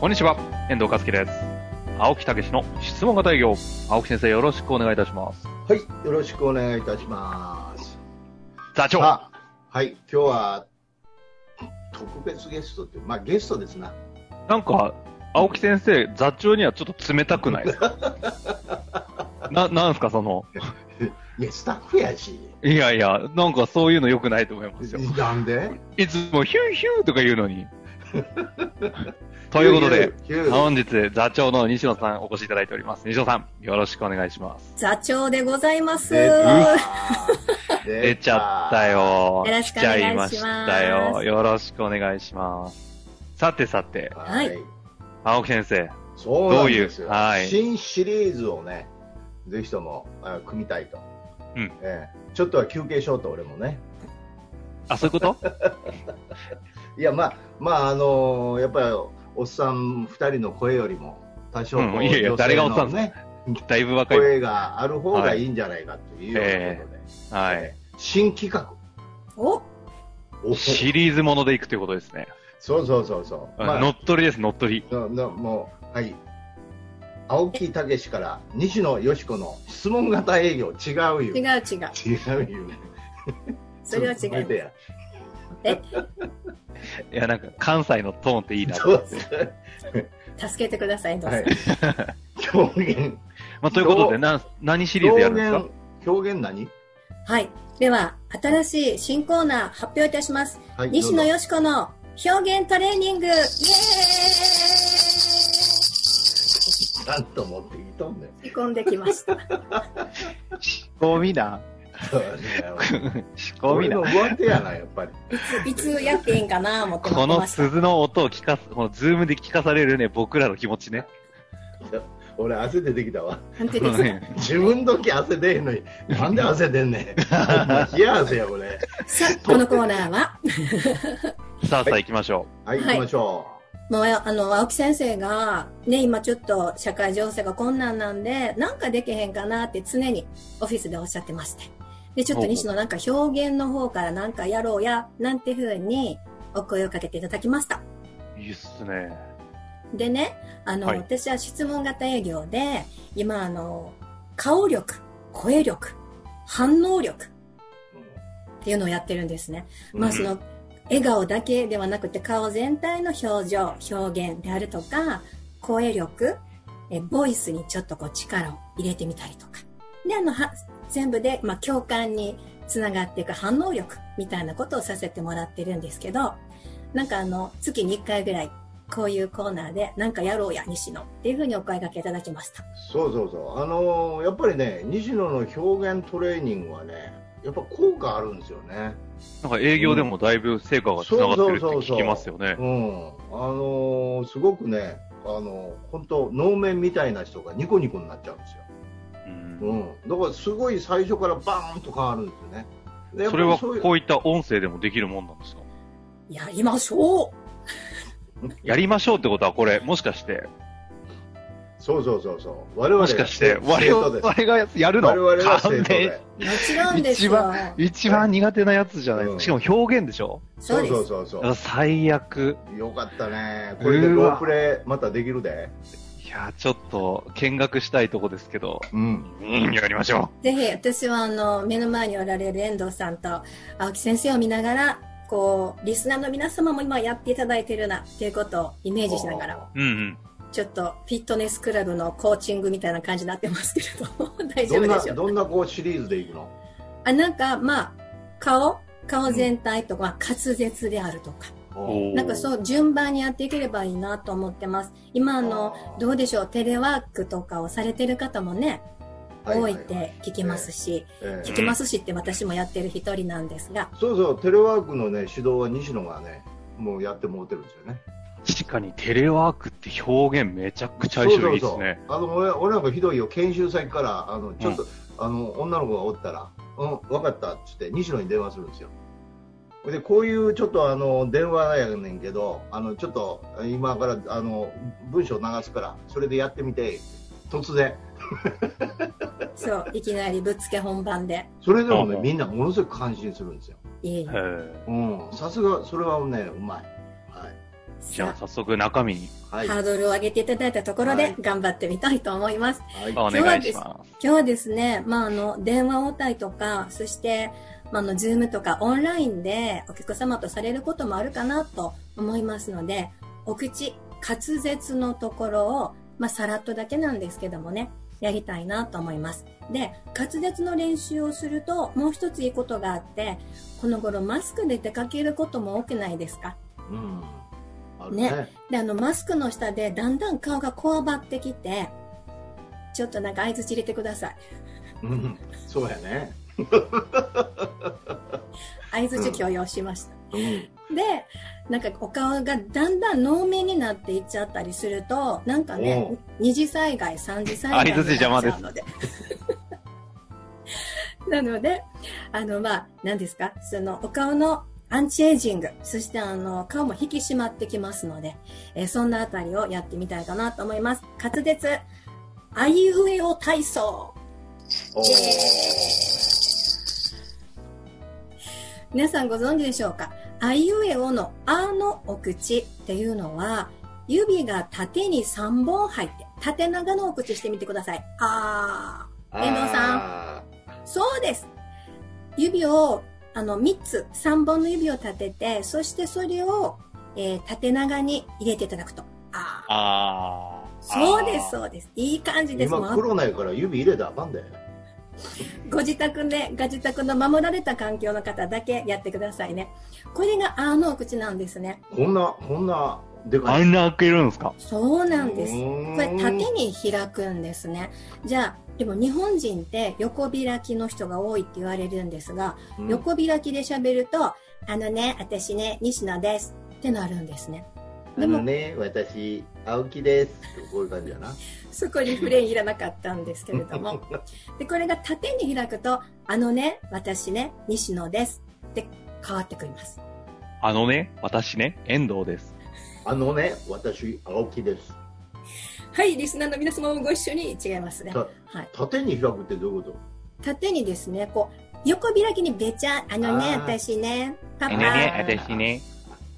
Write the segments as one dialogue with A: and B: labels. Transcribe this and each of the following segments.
A: こんにちは、遠藤和樹です。青木武の質問型営業。青木先生、よろしくお願いいたします。
B: はい、よろしくお願いいたします。
A: 座長
B: さあ、はい、今日は特別ゲストって、まあゲストですな。
A: なんか、青木先生、座長にはちょっと冷たくないですか な、なんすか、その、
B: いや、スタッフやし。
A: いやいや、なんかそういうの良くないと思いますよ。
B: なんで
A: いつもヒューヒューとか言うのに。ということで、
B: ヒューヒュー
A: 本日、座長の西野さんお越しいただいております。西野さん、よろしくお願いします。
C: 座長でございます。
B: 出
C: よ
B: た
A: 出ちゃった。よ。
C: よろしくお
A: 来ちゃい
C: 願いしま
A: ますしたよ。よろしくお願いします。さてさて、
B: はい。
C: はい
A: 青木先生、
B: そうなんですよ
A: どういうはい
B: 新シリーズをね、ぜひともあ組みたいと。
A: うん
B: ええちょっとは休憩しようと、俺もね。
A: あ、そういうこと
B: いや、まあ、まあ、あのーやっぱり、おっさん二人の声よりも、多少こう、
A: うんいやいや
B: 女性の
A: 誰がおっさんです
B: ね、
A: だいぶ若い。
B: 声がある方がいいんじゃないかというようなことで。
A: はい。
B: 新企画。
C: お、
B: おそう
A: シリーズものでいくということですね。
B: そうそうそう。まあ、
A: 乗っ取りです、乗っ取り。
B: ののもう、はい。青木武から西野よしこの質問型営業、違うよ。違
C: 違う違う。
B: うよ。
C: それは違います。
B: や。
A: いや、なんか、関西のトーンっていいなと
B: そ
A: 思
B: う
A: っ
B: そ
A: て。
B: う。
C: 助けてください、どうぞ。
B: はい。表現。
A: まあ、ということで、な、何シリーズやるんですか
B: 表現、表現何
C: はい。では、新しい新コーナー発表いたします。
B: はい。
C: 西野
B: どうぞ
C: よしこの表現トレーニングイエー
B: なんと思っていいとんねん。
C: イ込んできま した。
A: 仕込みな。 仕込み
B: 俺
A: な
B: の。上手やな、やっぱり。
C: いつやっていいんかな、思って待
A: こ
C: って
A: の
C: ました。
A: 鈴の音を聞かす、このズームで聞かされるね、僕らの気持ちね。
B: 俺、汗出てきたわ。
C: 本当
A: この
C: です
A: ね
B: 自分時汗出へんのに、なんで汗出 んねん。ほんま冷や汗や、これ。
C: さあ、このコーナーは、
A: さあさあ行きましょ
B: はい、行きましょ
C: もう、あの、青木先生が、ね、今ちょっと社会情勢が困難なんで、なんかできへんかなって常にオフィスでおっしゃってまして。で、ちょっと西野なんか表現の方からなんかやろうや、なんて風にお声をかけていただきました。
A: う。いいっすね。
C: でね、あの、
A: はい
C: 私は質問型営業で、今あの、顔力、声力、反応力っていうのをやってるんですね。
B: う。
C: まあその笑顔だけではなくて顔全体の表情、表現であるとか、声力、えボイスにちょっとこう力を入れてみたりとか。で、あの、は全部で、まあ、共感につながっていく反応力みたいなことをさせてもらってるんですけど、なんかあの、月に1回ぐらい、こういうコーナーで、なんかやろうや、西野っていうふうにお声掛けいただきました。
B: そうそうそう、あのーやっぱりね、西野の表現トレーニングはね、やっぱ効果あるんですよね。
A: なんか営業でもだいぶ成果が繋がってるって聞きますよね。
B: うん、あのーすごくね、あのー本当、能面みたいな人がニコニコになっちゃうんですよ。
A: うん
B: うん、だからすごい最初からバーンと変わるんですよね。でやっ
A: そ
B: ぱ
A: れ
B: り
A: は
B: そういう
A: こういった音声でもできるもんなんですか
C: やりましょう
A: やりましょうってことはこれ、もしかして、
B: そうそうそうそう、我々
A: もしかして、我々
B: 生徒です
A: 我々がやるの
B: 我々が
A: 勘
B: 生徒
A: 弁
B: で。
C: もちろんですよ。
A: 一番苦手なやつじゃないです
B: うん
A: か。しかも表現でしょ
C: そ
B: そうう
C: で
B: そう
C: す。
B: そうそ
A: だから
B: う。
A: 最悪。
B: よかったね。これでロープレイまたできるで。
A: いや、ちょっと見学したいとこですけど、
B: うん。
A: うん、やりましょ
C: ぜひ、私はあの、目の前におられる遠藤さんと青木先生を見ながら、こう、リスナーの皆様も今やっていただいてるなっていうことをイメージしながら、
A: う。うんうん。
C: ちょっとフィットネスクラブのコーチングみたいな感じになってますけれども、大丈
B: どん
C: 夫
B: な
C: でしょうか
B: どんなこうシリーズでいくの
C: あ、なんか、まあ、顔顔全体とか、滑舌であるとか、
A: おー
C: なんかそう、順番にやっていければいいなと思ってます。今、あの、どうでしょう、テレワークとかをされてる方もね、多いって聞きますし、
B: え
C: 聞
B: え
C: きますしって私もやってる一人なんですが、
B: そうそう、テレワークのね、指導は西野がね、もうやってもうてるんですよね。
A: 確かにテレワークって表現めちゃくちゃ相性いいですね。
B: あの俺俺なんかひどいよ、研修先からあのちょっと、あの女の子がおったら、うん、分かったっつって西野に電話するんですよ。でこういうちょっとあの電話やねんけど、あのちょっと今からあの文章流すからそれでやってみて突然
C: そう、いきなりぶっつけ本番で。
B: それでも
A: うん
B: ね
A: うん
B: みんなものすごく感心するんですよ。
C: いえいえ
A: へ。え
B: うん、さすがそれはねうまい。はい
A: じゃあ
C: さ
A: 早速中身に。
B: は
C: あ
B: い
C: ハードルを上げていただいたところ
B: は
C: で
B: い
C: 頑張ってみたいと思います。
B: はい
A: お願いします。
C: 今日はですね、まあ、あの、電話応対とか、そして、まあ、あの、ズームとかオンラインでお客様とされることもあるかなと思いますので、お口、滑舌のところを、まあ、さらっとだけなんですけどもね、やりたいなと思います。で、滑舌の練習をすると、もう一ついいことがあって、この頃マスクで出かけることも多くないですか
B: うん、ある
C: ねで、あの、マスクの下でだんだん顔がこわばってきて、ちょっとなんか合図入れてください。
B: うん、そうやね。
C: 合図許容しました。
B: うん
C: で、なんかお顔がだんだん濃明になっていっちゃったりすると、なんかね
B: おう、
C: 二次災害、三次災害になっちゃうので。 なので、あの、まあ、何ですか、そのお顔のアンチエイジング、そしてあの、顔も引き締まってきますので、えーそんなあたりをやってみたいかなと思います。滑舌、あいうえお体操。
B: おー
C: 皆さんご存知でしょうかあいうえおのあのお口っていうのは、指が縦に3本入って、縦長のお口してみてください。あ遠藤さ
B: あ
C: ー。そうです指を、あの、3つ、3本の指を立てて、そしてそれを、えー縦長に入れていただくと。あー。
A: ああ。
C: そうです、
A: あ
C: そうです。いい感じ
B: ー。
C: です。も
B: 今
C: う
B: コロナやから指入れたらあかんで。
C: ご自宅で、ご自宅の守られた環境の方だけやってくださいね。これがあのお口なんですね。
B: こんなこんなで
A: ー。あ
B: かい。
A: んな開けるんですか
C: そうなんです。
B: う
C: こ
B: ーん
C: れ縦に開くんですね。じゃあ、でも日本人って横開きの人が多いって言われるんですが、
B: うん
C: 横開きで喋ると、あのね、私ね、西野ですってなるんですね。で
B: あの
C: も、
B: ね、私、青木です。こういう感じやな。
C: そこにフレインいらなかったんですけれども。 で、これが縦に開くと、あのね、私ね、西野ですって変わってくります。
A: あのね、私ね、遠藤です。
B: あのね、私、青木です。
C: はい、リスナーの皆様もご一緒に違いますね。
B: た
C: はい。
B: 縦に開くってどういうこ
C: 縦にですね、こう、横開きにべちゃ、あのね、
B: あー
C: 私ね、パ
A: あ
C: パ
A: の
B: ー
A: ね、私ね。
B: と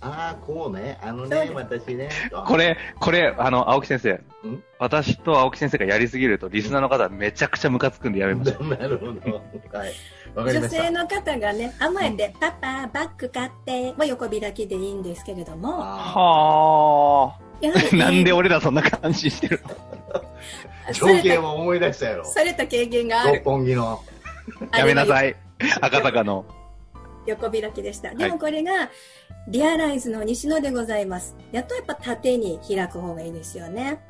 B: ああ、こうね。あの
C: そう
B: ね
C: で、す
B: 私ね。
A: これ、これ、あの、青木先生
B: ん。
A: 私と青木先生がやりすぎると、リスナーの方めちゃくちゃムカつくんでやめましょう。
B: なるほど。はい。わかり
C: 女
B: まし
C: 性
B: た。
C: の方がね、甘えて、パパ、バッグ買って、は横開きでいいんですけれども、
B: あ
A: は
C: や
A: あ。
C: は り、
A: なんで俺らそんな感じしてる
B: あ、
C: さ
B: 情
C: れ
B: 景
C: た、
B: を思い出したやろ。
C: された経験があ
B: 六
C: る。
B: 本木の。
A: やめな
C: あれは
A: さい。赤坂の。
C: 横開きでした。でもこれが、リアライズの西野でございます。やっとやっぱ縦に開く方がいいですよね。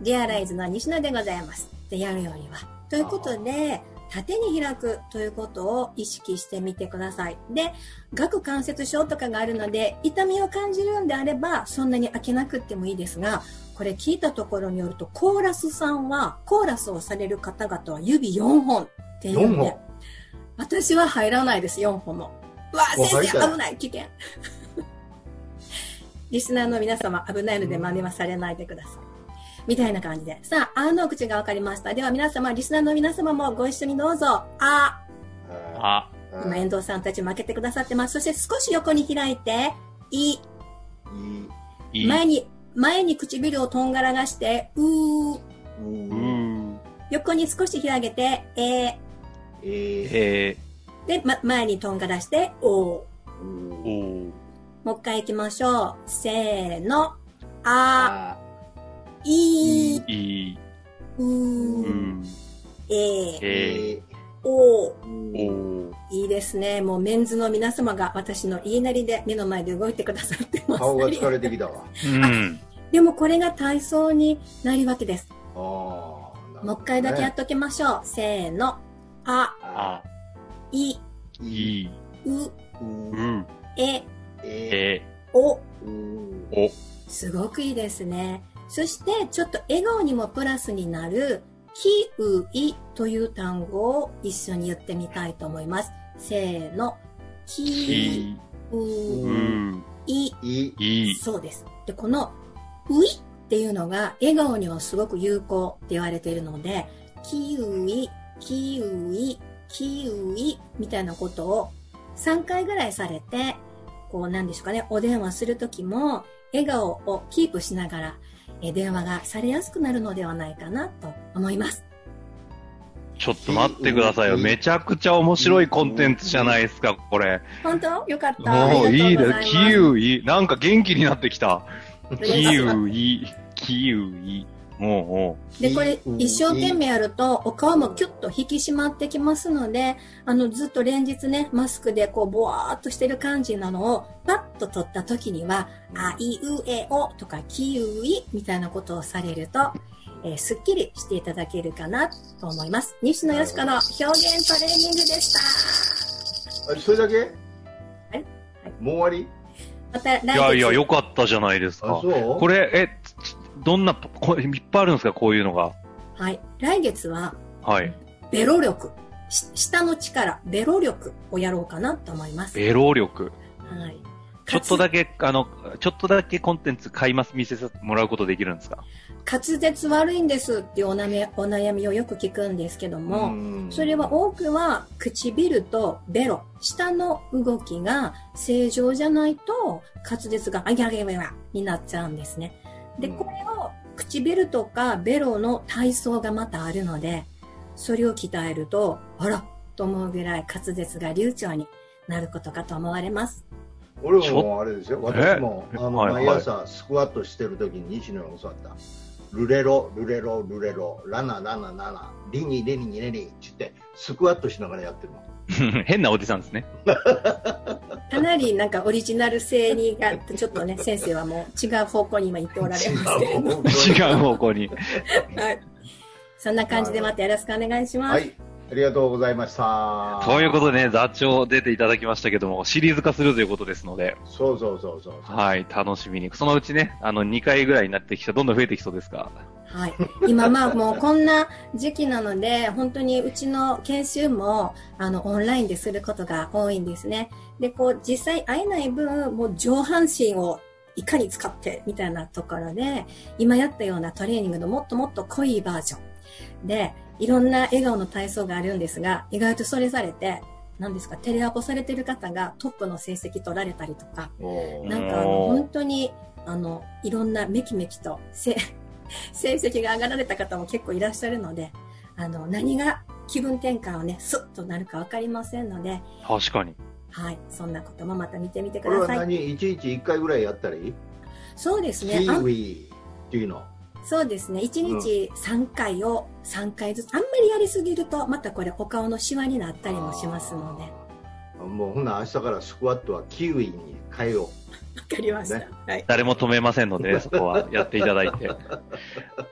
C: リアライズの西野でございます。でやるよりは。ということで、縦に開くということを意識してみてください。で、顎関節症とかがあるので、痛みを感じるんであれば、そんなに開けなくってもいいですが、これ聞いたところによると、コーラスさんは、コーラスをされる方々は指4本っていうん
B: 四
C: で
B: 本、
C: 私は入らないです、4本も。うわあ、
B: もう
C: 先
B: 入った
C: 生、危ない、危険。 リスナーの皆様、危ないので真似はされないでください。みたいな感じで。さあ、あのお口がわかりました。では皆様、リスナーの皆様もご一緒にどうぞ。あ、
A: あ、
B: あー
C: 今遠藤さんたち負けてくださってます。そして少し横に開いて、い、
B: いい
A: いい。
C: 前に、前に唇をとんがらがして、うー、
B: う
A: う
B: ー
A: ん。
C: 横に少し広げて、えー、
B: え
A: え
B: ー
C: で、ま、前にとんがらして、お
A: ー、
C: ー。
A: おー。
C: もう一回行きましょう。せーの、あ、
B: あ
C: い、う
A: いい。う
C: ー、
A: ん。
C: えー、
B: ー
A: え
B: え
C: おー。
A: ー、おー。
C: いいですね。もうメンズの皆様が私の言いなりで目の前で動いてくださって
B: ー
C: ます。
B: 顔が疲れてきたわ。
A: うん。
C: でもこれが体操になるわけです。
B: ああ。
C: もう一回だけやっ
B: っ
C: ときましょう。せーの。あ、
A: あ
B: あ、
C: い、
B: ー、いい、
A: いい。
C: う、
B: う
A: う
B: ー
A: ん。
C: え、
A: え
B: え
C: お。
B: ーうー
A: ー、お。
C: すごくいいですね。そして、ちょっと笑顔にもプラスになる、キウイという単語を一緒に言ってみたいと思います。せーの。キ
A: い、
C: ウ
A: うん、
C: イ。
B: い、
A: いい。
C: そうです。で、この、ウイっていうのが、笑顔にはすごく有効って言われているので、キウイ、キウイ、キウイみたいなことを3回ぐらいされて、こうなんでしょうかね、お電話するときも、笑顔をキープしながら、え電話がされやすくなるのではないかなと思います。
A: ちょっと待ってくださいよ。めちゃくちゃ面白いコンテンツじゃないですか、これ。
C: 本当よかった。
A: もういいです。
C: す
A: キウイ。なんか元気になってきた。
C: 嬉しい
A: キウイ、キウイ。もう、も
C: で、これ
B: う、ん
C: 一生懸命やると、お顔もキュッと引き締まってきますので、あの、ずっと連日ね、マスクでこう、ぼわーっとしてる感じなのを、パッと取った時には、あいうえおとか、きういみたいなことをされると、えーすっきりしていただけるかなと思います。西野よしこの表現トレーニングでした。
B: あそれだけ
C: はい
B: もう終わり
C: また来
A: う。
C: 月。
A: いやいや、良かったじゃないです
B: あ、
A: か
B: そ。う
A: これ、え、ちどんな、こいっぱいあるんですか、こういうのが。
C: はい。来月は、
A: はい。
C: ベロ力。し下の力、ベロ力をやろうかなと思います。
A: ベロ力。
C: はい。
A: ちょっとだけ、あの、ちょっとだけコンテンツ買います、見せてもらうことできるんですか
C: 滑舌悪いんですっていうおなめお悩みをよく聞くんですけども、
B: ん
C: それは多くは唇とベロ、下の動きが正常じゃないと滑舌があぎゃぎゃぎゃになっちゃうんですね。で、
B: うん
C: これを唇とかベロの体操がまたあるので、それを鍛えると、あらと思うぐらい滑舌が流暢になることかと思われます。
B: 俺
A: ち
B: もあれですよ、私もあの
A: はいはい
B: 毎朝スクワットしてる時に西野に教わった、ルレロ、ルレロ、ルレロ、ラナ、ラナ、ラナ、リニ、レニ、レニって言って、スクワットしながらやってるの。
A: 変なおじさんですね。
C: かなりなんかオリジナル性にが、ちょっとね、先生はもう違う方向に今言っておられます けど。
A: 違う方向に。
C: はい。そんな感じでまたよろしくお願いします。
B: はい、ありがとうございました。
A: ということでね、座長出ていただきましたけども、シリーズ化するということですので、
B: そうそうそうそう。
A: はい、楽しみに。そのうちね、あの、2回ぐらいになってきたどんどん増えてきそうですか。
C: はい。今まあもうこんな時期なので、本当にうちの研修も、あの、オンラインですることが多いんですね。で、こう、実際会えない分、もう上半身をいかに使って、みたいなところで、今やったようなトレーニングのもっともっと濃いバージョン。で、いろんな笑顔の体操があるんですが、意外とそれされて、何ですか、テレアポされてる方がトップの成績取られたりとか、
B: おー
C: なんかあの
A: おー
C: 本当にあのいろんなめきめきとせ 成績が上がられた方も結構いらっしゃるのであの何が気分転換をねスッとなるかわかりませんので、
A: 確かに。
C: はい、そんなこともまた見てみてく
B: これ
C: だ
B: は
C: さい。
B: 何、いちいち1回ぐらいやったらいい
C: そうです
B: キ
C: ねあん
B: ウイっていうの。
C: そうですね1日3回を3回ずつあんまりやりすぎるとまたこれお顔のシワになったりもしますのでわ
B: あー。もうほな明日からスクワットはキウイに変えよう。
C: かりました、
B: ね
C: はい、
A: 誰も止めませんの で、ね、そこはやっていただいて。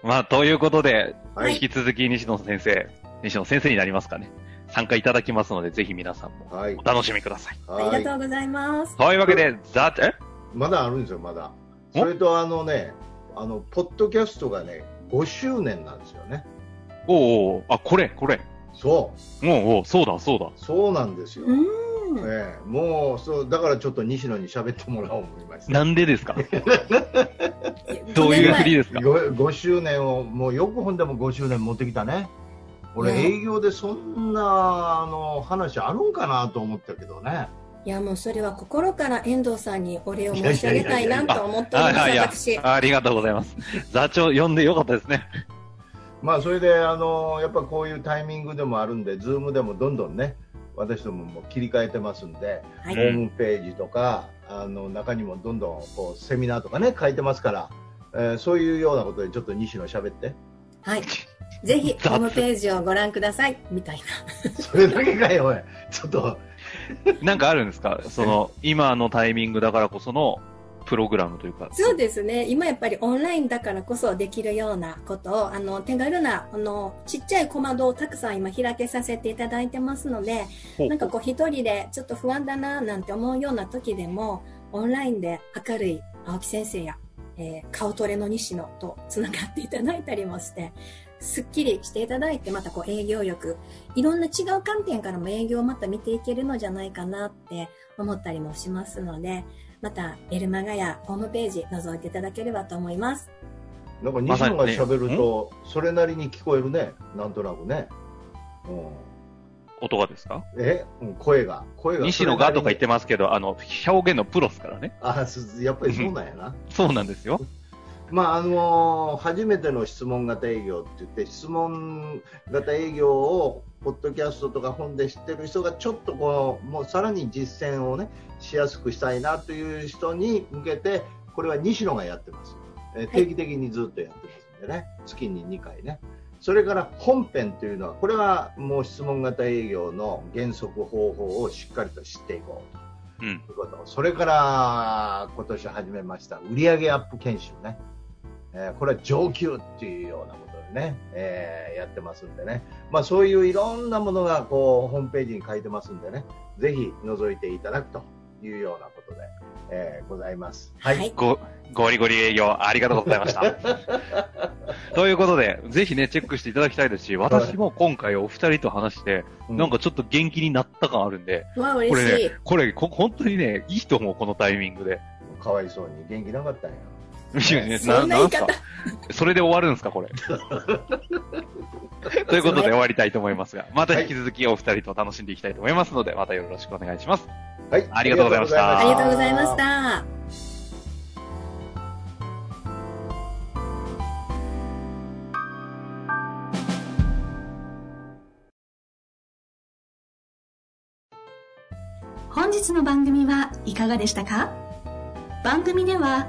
A: まあ、ということで、
B: はい
A: 引き続き西野先生、西野先生になりますかね。参加いただきますので、ぜひ皆さんも
B: はい
A: お。楽しみください。
C: あ
B: は
C: り
B: い
C: が。とうございます
A: というわけで、ザ、え
B: まだあるんですよ、まだ。
A: お
B: それとあのね、あの、ポッドキャストがね、5周年なんですよね。
A: おうおうあ、これ、これ。
B: そう、
A: おうおうそうだ、そうだ。
B: そうなんですよ。
C: う
B: え
C: ん
B: えもう、そう、だからちょっと西野に喋ってもらおう思いました。
A: なんで ですかどういうふりですか
B: 5, 周年を、もうよく本でも5周年持ってきたね。俺、
C: ね
B: 営業でそんな、あの、話あるんかなと思ったけどね。
C: いやもうそれは心から遠藤さんにお礼を申し上げたいなと思っております、
A: はいはい
C: 私。
A: あありがとうございます。座長呼んでよかったですね。
B: まあ、それで、あの、やっぱこういうタイミングでもあるんで、ズームでもどんどんね、私どもも切り替えてますんで、
C: はい
B: ホームページとか、あの中にもどんどんこうセミナーとかね、書いてますから、えーそういうようなことでちょっと西野喋って。
C: はい。ぜひ、ホームページをご覧ください。みたいな。
B: それだけかよ、おい。ちょっと、
A: なんかあるんですかその、今のタイミングだからこその、プログラムというか。
C: そうですね。今やっぱりオンラインだからこそできるようなことを、あの、手軽な、あの、ちっちゃい小窓をたくさん今開けさせていただいてますので、
A: ほう
C: なんかこう一人でちょっと不安だななんて思うような時でも、オンラインで明るい青木先生や、えー顔トレの西野とつながっていただいたりもして、すっきりしていただいて、またこう営業力、いろんな違う観点からも営業をまた見ていけるのじゃないかなって思ったりもしますので、またメルマガやホームページ覗いていただければと思います。
B: なんか西野が喋ると、それなりに聞こえるね、なんとなくね。うん、
A: 音がですか
B: え、うん、声が、声が。
A: 西野がとか言って
B: も。
A: ますけど、あの、表現のプロですからね。
B: あすやっぱりそうなん やな。
A: そうなんですよ。
B: まああの初めての質問型営業って言って質問型営業をポッドキャストとか本で知ってる人がちょっとこうもうさらに実践をねしやすくしたいなという人に向けてこれは西野がやってます、えー定期的にずっとやってますんでね、月に2回ねそれから本編というのはこれはもう質問型営業の原則方法をしっかりと知っていこう
A: うん。
B: ということそれから今年始めました売上アップ研修ね、えーこれは上級っていうようなことでね、えーやってますんでね、まあ、そういういろんなものがこうホームページに書いてますんでねぜひ覗いていただくというようなことで、えーございます。はい、
C: はい
A: ご、ゴリゴリ営業、ありがとうございました。 ということで、ぜひね、チェックしていただきたいですし、私も今回お二人と話して、
B: う
A: なんかちょっと元気になった感あるんで、
C: わあ、
A: こ
C: 嬉しい
A: れね。、これ、こ本当にね、いいと思う、このタイミングで。
B: かわいそうに元気なかったんや。
A: ね
C: そんな言い方
A: んすかそれで終わるんですか、こ れ。ということで終わりたいと思いますが、また引き続きお二人と楽しんでいきたいと思いますので、またよろしくお願いします。
B: はい、
A: ありがとうございました
C: ありがとうございまし。た。
D: 本日の番組はいかがでしたか番組では